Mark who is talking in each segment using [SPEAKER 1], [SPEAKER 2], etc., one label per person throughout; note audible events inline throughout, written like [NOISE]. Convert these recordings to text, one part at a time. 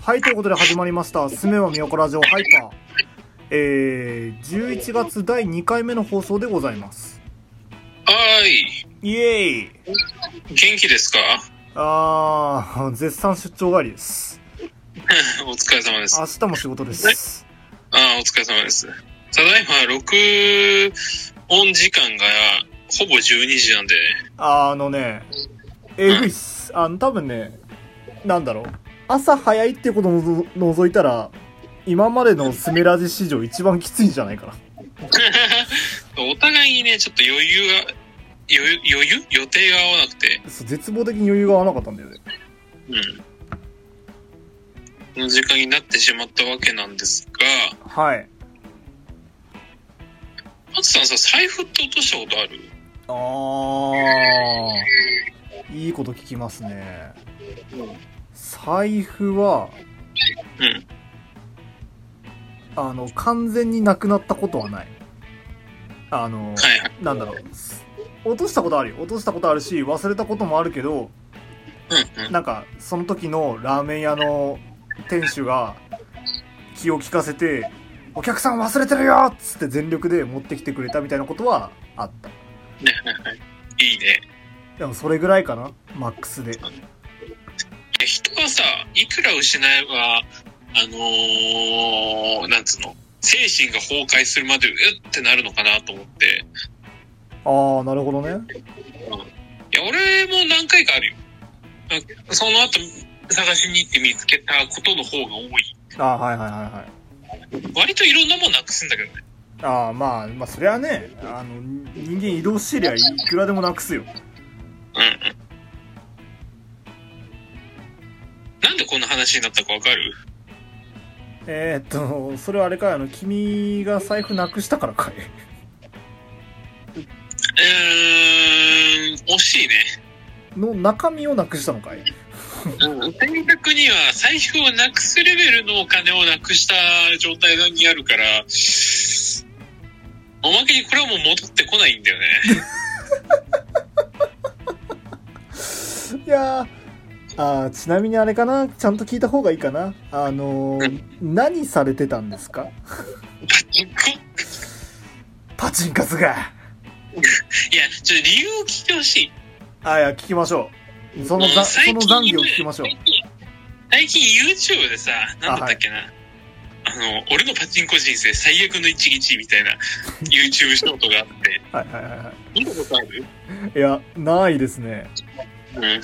[SPEAKER 1] はい、ということで始まりました。すめはみよこラジオハイパー。えー、11月第2回目の放送でございます。
[SPEAKER 2] はー
[SPEAKER 1] イ
[SPEAKER 2] い。
[SPEAKER 1] エーイ
[SPEAKER 2] 元気ですか [LAUGHS]
[SPEAKER 1] あー、絶賛出張帰りです。
[SPEAKER 2] お疲れ様です。あ
[SPEAKER 1] 明日も仕事です。
[SPEAKER 2] あーお疲れ様です。ただいま、録音時間がほぼ12時なんで、
[SPEAKER 1] あーあのね、えぐいっす。あの、多分ね、なんだろう。朝早いってことをのぞ除いたら、今までのスメラジ史上一番きついんじゃないかな。
[SPEAKER 2] お互いにね、ちょっと余裕が、余裕余裕予定が合わなくて、
[SPEAKER 1] そう絶望的に余裕が合わなかったんだよね。
[SPEAKER 2] うん。この時間になってしまったわけなんですが、
[SPEAKER 1] はい。
[SPEAKER 2] マツさんさ、財布って落としたことある
[SPEAKER 1] あーいいこと聞きますね財布は
[SPEAKER 2] うん。
[SPEAKER 1] あの完全になくなったことはないあの、
[SPEAKER 2] はいはい。
[SPEAKER 1] なんだろうす落としたことあるよ落としたことあるし忘れたこともあるけど
[SPEAKER 2] うんうん。
[SPEAKER 1] なんかその時のラーメン屋の店主が気を利かせて「お客さん忘れてるよ!」っつって全力で持ってきてくれたみたいなことはあった
[SPEAKER 2] ねはいはい。いいね。
[SPEAKER 1] でもそれぐらいかなマックスで
[SPEAKER 2] いや人はさいくら失えばあのー、なんつうの精神が崩壊するまでうってなるのかなと思って
[SPEAKER 1] ああなるほどね
[SPEAKER 2] いや俺も何回かあるよあその後探しに行って見つけたことの方が多い
[SPEAKER 1] あーはいはいはいはい
[SPEAKER 2] 割といろんなもんなくすんだけどね
[SPEAKER 1] ああまあまあそりゃねあの人間移動してりゃいくらでもなくすよ
[SPEAKER 2] うんうんなんでこんな話になったかわかる
[SPEAKER 1] えー、っとそれはあれかいあの君が財布なくしたからかいう
[SPEAKER 2] ーん惜しいね
[SPEAKER 1] の中身をなくしたのかい
[SPEAKER 2] 正確には財布をなくすレベルのお金をなくした状態にあるから、おまけにこれはもう戻ってこないんだよね。
[SPEAKER 1] いやーあーちなみにあれかなちゃんと聞いた方がいいかなあのー何されてたんですかパチンカスが
[SPEAKER 2] いや、ちょっと理由を聞いてほしい。
[SPEAKER 1] あーいや聞きましょうその
[SPEAKER 2] も
[SPEAKER 1] ざ
[SPEAKER 2] う
[SPEAKER 1] そ
[SPEAKER 2] 最
[SPEAKER 1] の
[SPEAKER 2] 近
[SPEAKER 1] 残業聞きましょう
[SPEAKER 2] 最近 YouTube でさ、なんだったっけな。あの、俺のパチンコ人生最悪の一日みたいな YouTube ショートがあって、
[SPEAKER 1] はいはいはいは
[SPEAKER 2] 見たことある
[SPEAKER 1] いいやないですね
[SPEAKER 2] うん。あのー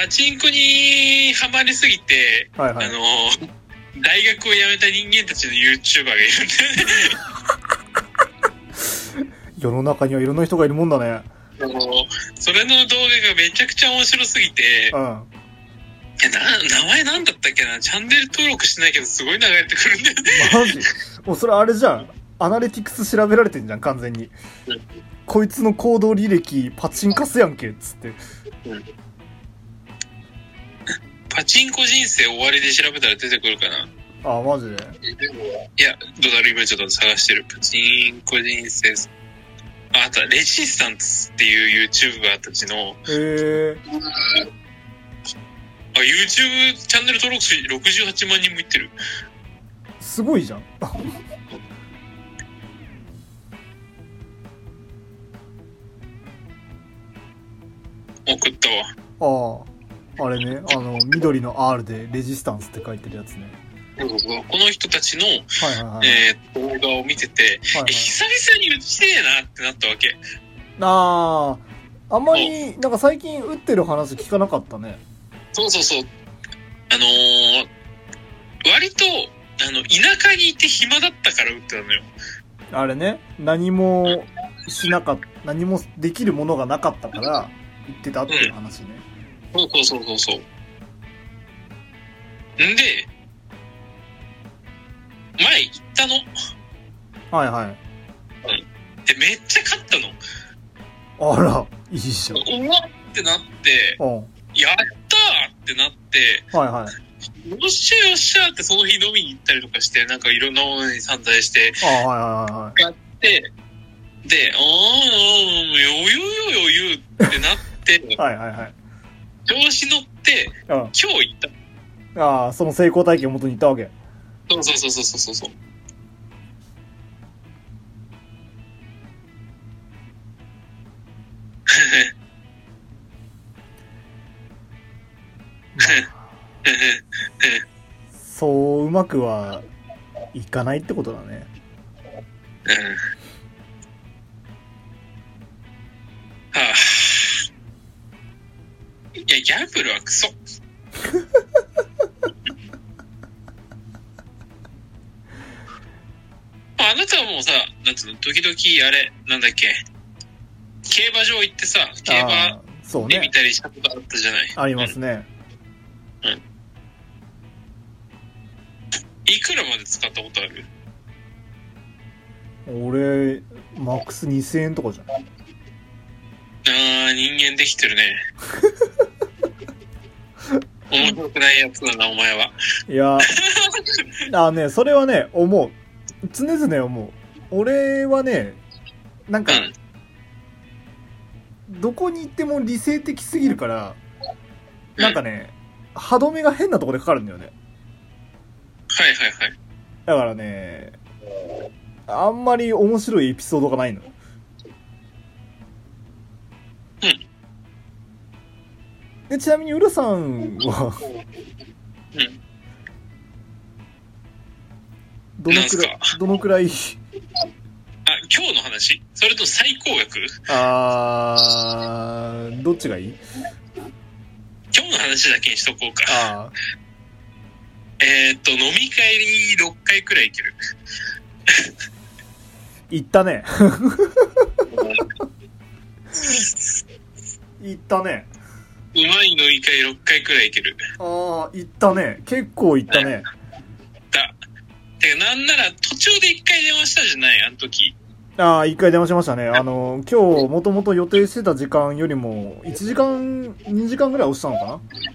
[SPEAKER 2] パチンコにハマりすぎて、
[SPEAKER 1] はいは
[SPEAKER 2] あ
[SPEAKER 1] い
[SPEAKER 2] のー大学を辞めた人間たちの YouTuber がいるんでね
[SPEAKER 1] 世の中にはいろんな人がいるもんだね [LAUGHS]
[SPEAKER 2] あのーそれの動画がめちゃくちゃ面白すぎて、
[SPEAKER 1] うん
[SPEAKER 2] いやな名前なんだったっけなチャンネル登録してないけどすごい流れてくるんだよね。
[SPEAKER 1] マジもうそれあれじゃん。アナリティクス調べられてんじゃん、完全に
[SPEAKER 2] うん。
[SPEAKER 1] こいつの行動履歴、パチンカスやんけ、っつって。
[SPEAKER 2] パチンコ人生終わりで調べたら出てくるかな。
[SPEAKER 1] ああ、マジで。
[SPEAKER 2] いや、どうだろう今ちょっと探してる。パチンコ人生。ああとはレジスタンスっていう YouTuber たちの、
[SPEAKER 1] ええ
[SPEAKER 2] あ、YouTube チャンネル登録数68万人もいってる。
[SPEAKER 1] すごいじゃん。あ
[SPEAKER 2] 送ったわ。
[SPEAKER 1] あー、あれね、あの、緑の R でレジスタンスって書いてるやつね。
[SPEAKER 2] この人たちの、
[SPEAKER 1] はいはいはい。
[SPEAKER 2] えー、動画を見てて、
[SPEAKER 1] はいはい
[SPEAKER 2] え、久々に打ちてえなってなったわけ。
[SPEAKER 1] ああ、あんまり、なんか最近打ってる話聞かなかったね。
[SPEAKER 2] そうそうそう。あのー、割と、あの、田舎にいて暇だったから打ってたのよ。
[SPEAKER 1] あれね、何もしなかった、何もできるものがなかったから、言ってたっていう話ね。
[SPEAKER 2] そうそうそうそうそう。んで、前行ったの。
[SPEAKER 1] はいはい。
[SPEAKER 2] で、めっちゃ勝ったの。
[SPEAKER 1] あら、いいじゃん。
[SPEAKER 2] おわってなって、
[SPEAKER 1] うん。は
[SPEAKER 2] やったーってなって、
[SPEAKER 1] いはい。
[SPEAKER 2] よっしゃよっしゃーってその日飲みに行ったりとかして、なんかいろんなものに散財して、
[SPEAKER 1] あはいはいはいはい。
[SPEAKER 2] で、で、おーおー、余裕よ余裕ってなって、
[SPEAKER 1] [LAUGHS] はいはいはい。
[SPEAKER 2] 調子乗って、
[SPEAKER 1] うん。
[SPEAKER 2] 今日行った。
[SPEAKER 1] ああ、その成功体験を元に行ったわけ。
[SPEAKER 2] そうそうそうそうそうそう。
[SPEAKER 1] そううまくはいかないってことだね。
[SPEAKER 2] うんはあ、いや、ギャンブルはクソ。 [LAUGHS] あなたはもうさ、なんつうの、時々あれ、なんだっけ、競馬場行ってさ、競馬
[SPEAKER 1] ああ、そう
[SPEAKER 2] で見
[SPEAKER 1] ね。
[SPEAKER 2] たりしたことあったじゃない。
[SPEAKER 1] ありますね。
[SPEAKER 2] いくらまで使ったことある
[SPEAKER 1] 俺、マックス2000円とかじゃん。
[SPEAKER 2] ああ、人間できてる
[SPEAKER 1] [LAUGHS]
[SPEAKER 2] ね。面白くないやつだな、お前は。
[SPEAKER 1] いや、ああね、それはね、思う。常々思う。俺はね、なん
[SPEAKER 2] う
[SPEAKER 1] か、
[SPEAKER 2] ん。
[SPEAKER 1] どこに行っても理性的すぎるから、なんかね、歯止めが変なとこでかかるんだよね。
[SPEAKER 2] はいはいはい。
[SPEAKER 1] だからね、あんまり面白いエピソードがないの。で、ちなみに浦さんは
[SPEAKER 2] うん。
[SPEAKER 1] どの
[SPEAKER 2] なんす
[SPEAKER 1] くらい
[SPEAKER 2] か、
[SPEAKER 1] どのくらい、
[SPEAKER 2] あ、今日の話それと最高額
[SPEAKER 1] あー、どっちがいい
[SPEAKER 2] 今日の話だけにしとこうか。
[SPEAKER 1] あ
[SPEAKER 2] えーっと、飲み会に6回くらい行け [LAUGHS] る。
[SPEAKER 1] ー、行ったね。行ったね。
[SPEAKER 2] うまい飲み会6回くらい行ける。
[SPEAKER 1] あー、行ったね。結構行ったね。
[SPEAKER 2] だ。てか、なんなら途中で1回電話したじゃないあの時。
[SPEAKER 1] ああ、一回電話しましたね。あの、今日、もともと予定してた時間よりも、1時間、2時間ぐらい押したのかな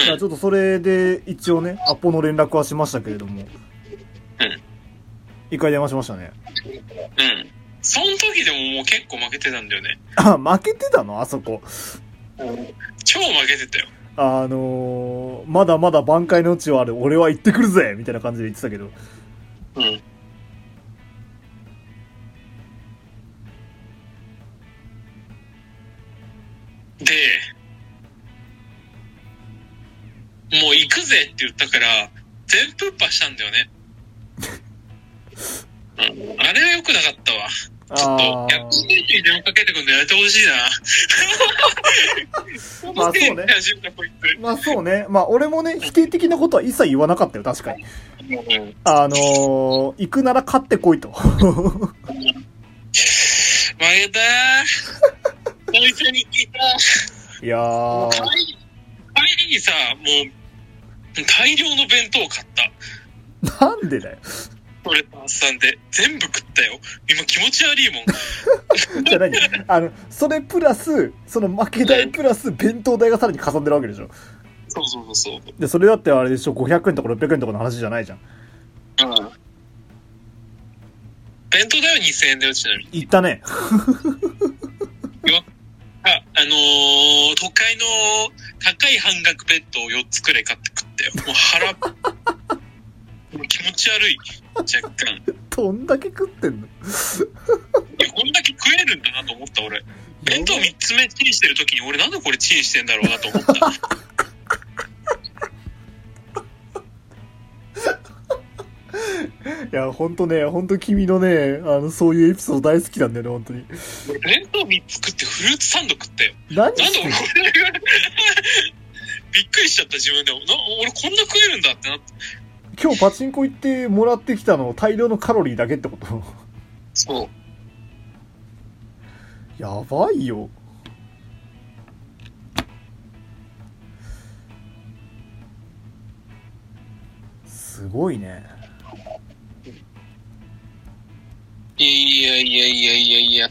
[SPEAKER 1] だからちょっとそれで、一応ね、アポの連絡はしましたけれども。一回電話しましたね。
[SPEAKER 2] うん。その時でももう結構負けてたんだよね。
[SPEAKER 1] あ、負けてたのあそこ。
[SPEAKER 2] 超負けてたよ。
[SPEAKER 1] あのー、まだまだ挽回の余地はある。俺は行ってくるぜみたいな感じで言ってたけど。
[SPEAKER 2] うん。で、もう行くぜって言ったから、全プッパしたんだよね。うん、あれは良くなかったわ。ちょっ
[SPEAKER 1] あ
[SPEAKER 2] と、やっと選手に電話かけてくんのやめてほしいな。
[SPEAKER 1] [LAUGHS] まあ
[SPEAKER 2] [LAUGHS]
[SPEAKER 1] そうね
[SPEAKER 2] 始めたこいつ
[SPEAKER 1] ー、まあそうね。まあ俺もね、否定的なことは一切言わなかったよ、確かに。
[SPEAKER 2] うん
[SPEAKER 1] あのー、行くなら勝ってこいと。
[SPEAKER 2] 負
[SPEAKER 1] [LAUGHS]
[SPEAKER 2] けたー。久々に聞いた。
[SPEAKER 1] いやー。
[SPEAKER 2] 帰り帰りにさ、もう、大量の弁当を買った。
[SPEAKER 1] なんでだよ。
[SPEAKER 2] 俺とアッさんで。全部食ったよ。今気持ち悪いもん。
[SPEAKER 1] じゃあ何あの、それプラス、その負け代プラス弁当代がさらにかさんでるわけでしょ。
[SPEAKER 2] そうそうそうそう。
[SPEAKER 1] で、それだってあれでしょ、500円とか600円とかの話じゃないじゃん。
[SPEAKER 2] うん。弁当代は2000円だよ、ちなみに。
[SPEAKER 1] 言ったね。
[SPEAKER 2] あ、あのー、都会の高い半額弁当を4つくらい買って食ったよ。もう腹、もう気持ち悪い。若干。
[SPEAKER 1] どんだけ食ってんの
[SPEAKER 2] いや、こんだけ食えるんだなと思った、俺。弁当
[SPEAKER 1] やばい
[SPEAKER 2] 3つ目チンしてる時に、俺なんでこれチンしてんだろうなと思った。
[SPEAKER 1] いや、ほんとね、ほんと君のね、あの、そういうエピソード大好きなんだよね、ほんとに。
[SPEAKER 2] 俺弁当3つ食ってフルーツサンド食ったよ。
[SPEAKER 1] 何
[SPEAKER 2] なんで
[SPEAKER 1] して
[SPEAKER 2] 俺
[SPEAKER 1] んの
[SPEAKER 2] これ [LAUGHS] びっくりしちゃった自分でも。な俺こんな食えるんだってなって。
[SPEAKER 1] 今日パチンコ行ってもらってきたの大量のカロリーだけってこと
[SPEAKER 2] そう。
[SPEAKER 1] やばいよ。すごいね。
[SPEAKER 2] いやいやいやいやいや。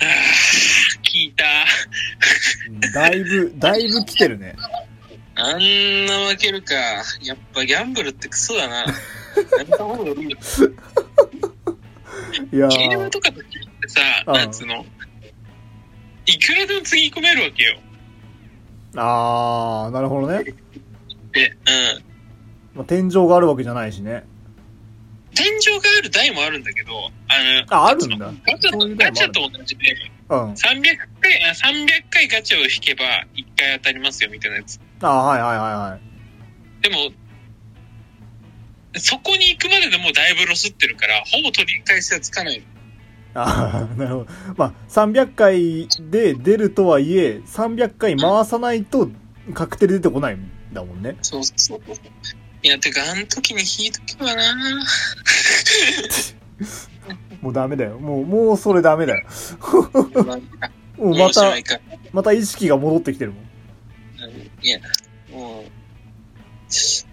[SPEAKER 2] あー聞いた。
[SPEAKER 1] うんだいぶ、だいぶ来てるね。
[SPEAKER 2] あんな負けるか。やっぱギャンブルってクソだな。 [LAUGHS] やめた方がいいよ
[SPEAKER 1] いや
[SPEAKER 2] ゲーム
[SPEAKER 1] ー
[SPEAKER 2] とかと違ってさ、
[SPEAKER 1] うん
[SPEAKER 2] なんつうの、いくらでもつぎ込めるわけよ。
[SPEAKER 1] あー、なるほどね。
[SPEAKER 2] で、うん。
[SPEAKER 1] まあ、天井があるわけじゃないしね。
[SPEAKER 2] 天井がある台もあるんだけど、あの、
[SPEAKER 1] あ、あるんだ。
[SPEAKER 2] ガチャ
[SPEAKER 1] そういう
[SPEAKER 2] と
[SPEAKER 1] 台も
[SPEAKER 2] ガ
[SPEAKER 1] あ
[SPEAKER 2] チ
[SPEAKER 1] る
[SPEAKER 2] ャと同じで、
[SPEAKER 1] うん。
[SPEAKER 2] 300回、あ300回ガチャを引けば1回当たりますよみたいなやつ。
[SPEAKER 1] あはいはいはいはい。
[SPEAKER 2] でも、そこに行くまででもうだいぶロスってるから、ほぼ取り返しはつかない。
[SPEAKER 1] ああ、なるほど。まあ、300回で出るとはいえ、300回回さないと確定で出てこないんだもんね。
[SPEAKER 2] そうそうそう。いや、てか、あの時に引いとけばな
[SPEAKER 1] もうダメだよ。もう、もうそれダメだよ。も [LAUGHS] うま
[SPEAKER 2] 面
[SPEAKER 1] た
[SPEAKER 2] 白い、から。
[SPEAKER 1] また意識が戻ってきてるもん。
[SPEAKER 2] いや、もう、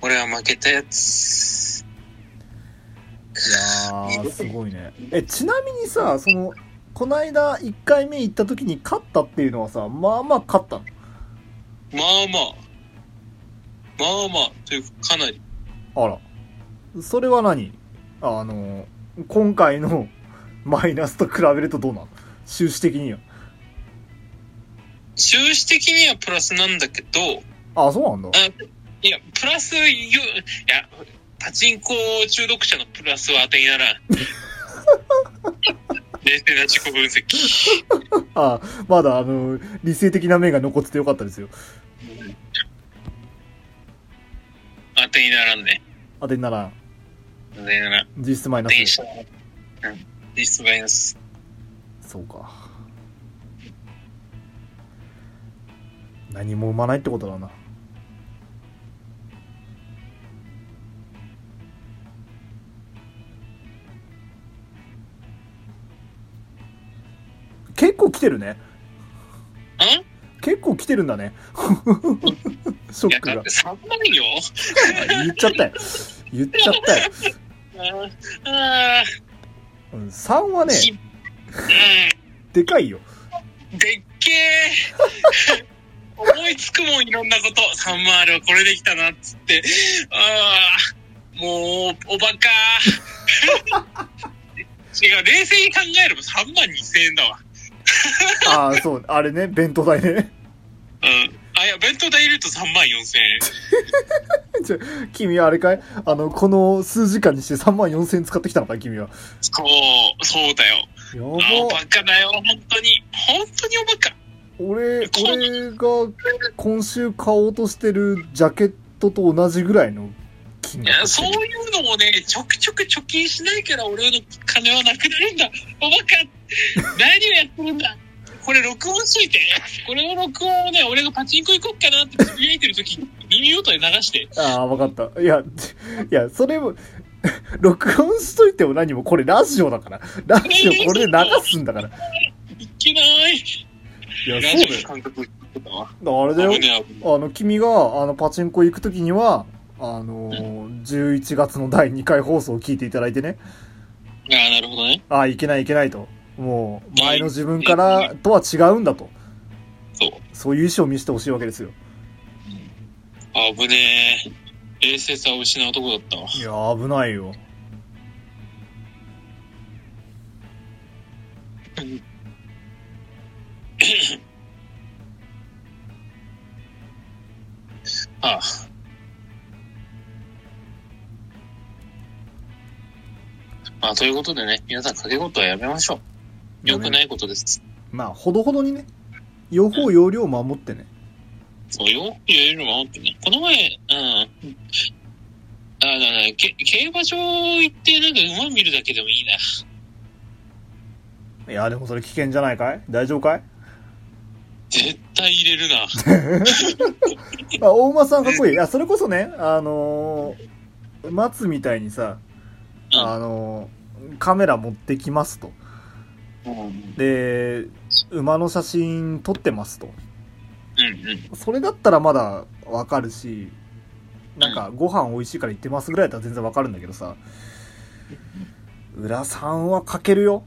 [SPEAKER 2] 俺は負けたやつ。
[SPEAKER 1] いやー、すごいね。え、ちなみにさ、その、こないだ1回目行った時に勝ったっていうのはさ、まあまあ勝ったの。
[SPEAKER 2] まあまあ。まあまあ、というか、かなり。
[SPEAKER 1] あら。それは何あの、今回の [LAUGHS] マイナスと比べるとどうなの収支的には。
[SPEAKER 2] 収支的にはプラスなんだけど、
[SPEAKER 1] あ、そうなんだ。
[SPEAKER 2] いや、プラスよ、いや、パチンコ中毒者のプラスは当てにならん。冷静な自己分析。
[SPEAKER 1] あまだあの、理性的な面が残っててよかったですよ。
[SPEAKER 2] 当てにならんね。
[SPEAKER 1] 当てにならん、
[SPEAKER 2] 当てにならん。
[SPEAKER 1] 実質マイナ
[SPEAKER 2] 電
[SPEAKER 1] ス。
[SPEAKER 2] 車。うん。実質マイナス。
[SPEAKER 1] そうか。何も生まないってことだな。結構来てるね。
[SPEAKER 2] ん
[SPEAKER 1] 結構来てるんだね。 [LAUGHS] ショ
[SPEAKER 2] いや、
[SPEAKER 1] ック
[SPEAKER 2] だっ
[SPEAKER 1] が
[SPEAKER 2] て。3万よ。
[SPEAKER 1] 言っちゃったよ。言っちゃったよ。
[SPEAKER 2] ああ、
[SPEAKER 1] うん、3はね、
[SPEAKER 2] き
[SPEAKER 1] でかいよ。
[SPEAKER 2] うん。でっけえ。 [LAUGHS] 思いつくもん、いろんなこと。3万あればこれできたな、っつって。ああ、もう、おバカ。 [LAUGHS] 違う、冷静に考えれば3万2千円だわ。
[SPEAKER 1] ああ、そう、あれね、弁当代ね。
[SPEAKER 2] うん。あ、いや、弁当代入れると3万4千円。
[SPEAKER 1] 君はあれかいあの、この数時間にして3万4千円使ってきたのかい君は。
[SPEAKER 2] そう、そうだよ。
[SPEAKER 1] やば
[SPEAKER 2] あ。おバカだよ、本当に。本当におバカ。
[SPEAKER 1] 俺、俺が今週買おうとしてるジャケットと同じぐらいの金
[SPEAKER 2] い
[SPEAKER 1] 額。
[SPEAKER 2] や、そういうのもね、ちょくちょく貯金しないから俺の金はなくなるんだ。おバカ [LAUGHS] 何をやってるんだこれ録音しといて。これの録音をね、俺がパチンコ行こっかなってつぶやいてる時、耳元で流して。
[SPEAKER 1] ああ、わかった。いや、いや、それも、録音しといても何も、これラジオだから。ラジオこれで流すんだから。
[SPEAKER 2] いけない。
[SPEAKER 1] いや、
[SPEAKER 2] ラ
[SPEAKER 1] そう
[SPEAKER 2] ジオ
[SPEAKER 1] だ
[SPEAKER 2] の感覚だったわ。
[SPEAKER 1] よ。あれだよ
[SPEAKER 2] 危。ねえ危ね
[SPEAKER 1] あの、君が、あの、パチンコ行くときには、あのー、11月の第2回放送を聞いていただいてね。
[SPEAKER 2] えああ、なるほどね。
[SPEAKER 1] ああ、いけないいけないと。もう、前の自分からとは違うんだと。
[SPEAKER 2] そう。
[SPEAKER 1] そういう意思を見せてほしいわけですよ。
[SPEAKER 2] あぶねえ。冷静さを失う男だったわ。
[SPEAKER 1] いや、危ないよ。
[SPEAKER 2] ああまあ、ということでね、皆さん掛け事はやめましょう。良くないことです。
[SPEAKER 1] まあ、ほどほどにね。用法用量を守ってね。
[SPEAKER 2] そう、よく言えるのは本当にね。この前、うん。あだからけ競馬場行って、なんか馬見るだけでもいいな。 [LAUGHS]
[SPEAKER 1] いや、でもそれ危険じゃないかい大丈夫かい
[SPEAKER 2] 絶対入れるな。
[SPEAKER 1] あ、大馬さんかっこいい。いや、それこそね、あのー、松みたいにさ、
[SPEAKER 2] うん
[SPEAKER 1] あのー、カメラ持ってきますと。
[SPEAKER 2] うん、うん、
[SPEAKER 1] で、馬の写真撮ってますと。
[SPEAKER 2] うん。
[SPEAKER 1] それだったらまだわかるし、なんかご飯美味しいから行ってますぐらいだったら全然わかるんだけどさ、浦さんはかけるよ。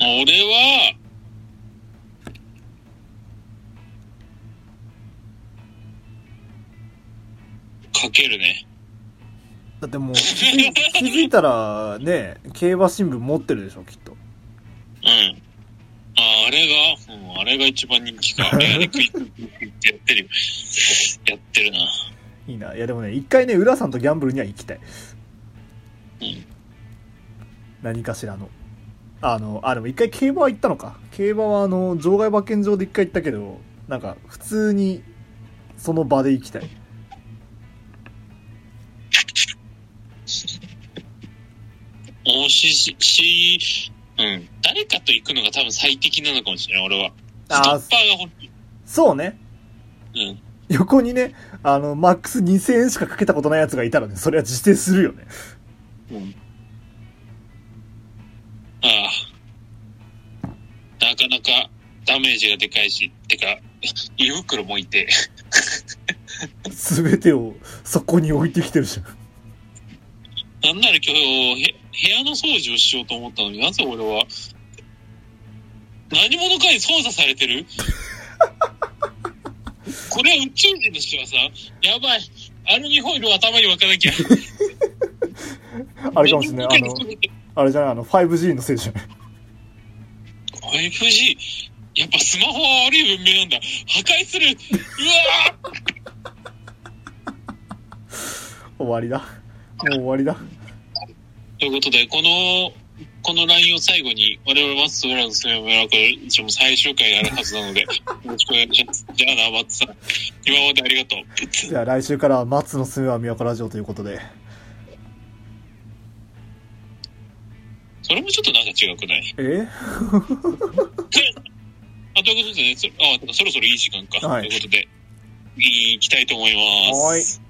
[SPEAKER 2] 俺は、かけるね。
[SPEAKER 1] だってもう気づ
[SPEAKER 2] [LAUGHS]
[SPEAKER 1] い、気づいたらね、競馬新聞持ってるでしょ、きっと。
[SPEAKER 2] うん。ああ、ああれが、うん、あれが一番人気か。あれがね、クイッククイックってやってるよ。やってるな。
[SPEAKER 1] いいな。いやでもね、一回ね、浦さんとギャンブルには行きたい。
[SPEAKER 2] うん
[SPEAKER 1] 何かしらの。あの、あ、でも一回競馬は行ったのか。競馬はあの、場外馬券場で一回行ったけど、なんか、普通に、その場で行きたい。
[SPEAKER 2] おし、し、うん。誰かと行くのが多分最適なのかもしれない、俺は。スト
[SPEAKER 1] あ
[SPEAKER 2] ッパーが欲し
[SPEAKER 1] そうね。
[SPEAKER 2] い。うん。
[SPEAKER 1] 横にね、あの、マックス2000円しかかけたことないやつがいたらね、それは自制するよね。
[SPEAKER 2] うんああ。なかなかダメージがでかいし、てか、 [LAUGHS] 胃袋もいて、 [LAUGHS]
[SPEAKER 1] すべてをそこに置いてきてるじゃん。
[SPEAKER 2] なんなら今日、へ部屋の掃除をしようと思ったのになぜ俺は、何者かに操作されてるこれは宇宙人の人はさ、やばい、アルミホイルを頭に巻かなきゃ。
[SPEAKER 1] あれかもしれない。あの、あれじゃない、あの、5G のせいじゃない。
[SPEAKER 2] 5G、やっぱスマホは悪い文明なんだ。破壊する。うわ
[SPEAKER 1] 終わりだ。もう終わりだ。
[SPEAKER 2] ーということで、この、この LINE を最後に、我々マッツブラのスメムラクル、一応最終回になるはずなので、よろしくお願いします。 [LAUGHS] じゃあな、マッツさん。今までありがとう。
[SPEAKER 1] じゃあ来週からは松の住めは都ラジオということで。
[SPEAKER 2] それもちょっとなんか違くない
[SPEAKER 1] え
[SPEAKER 2] あということでね、そあそろそろいい時間か。
[SPEAKER 1] はい
[SPEAKER 2] ということで、いい行きたいと思います。
[SPEAKER 1] はい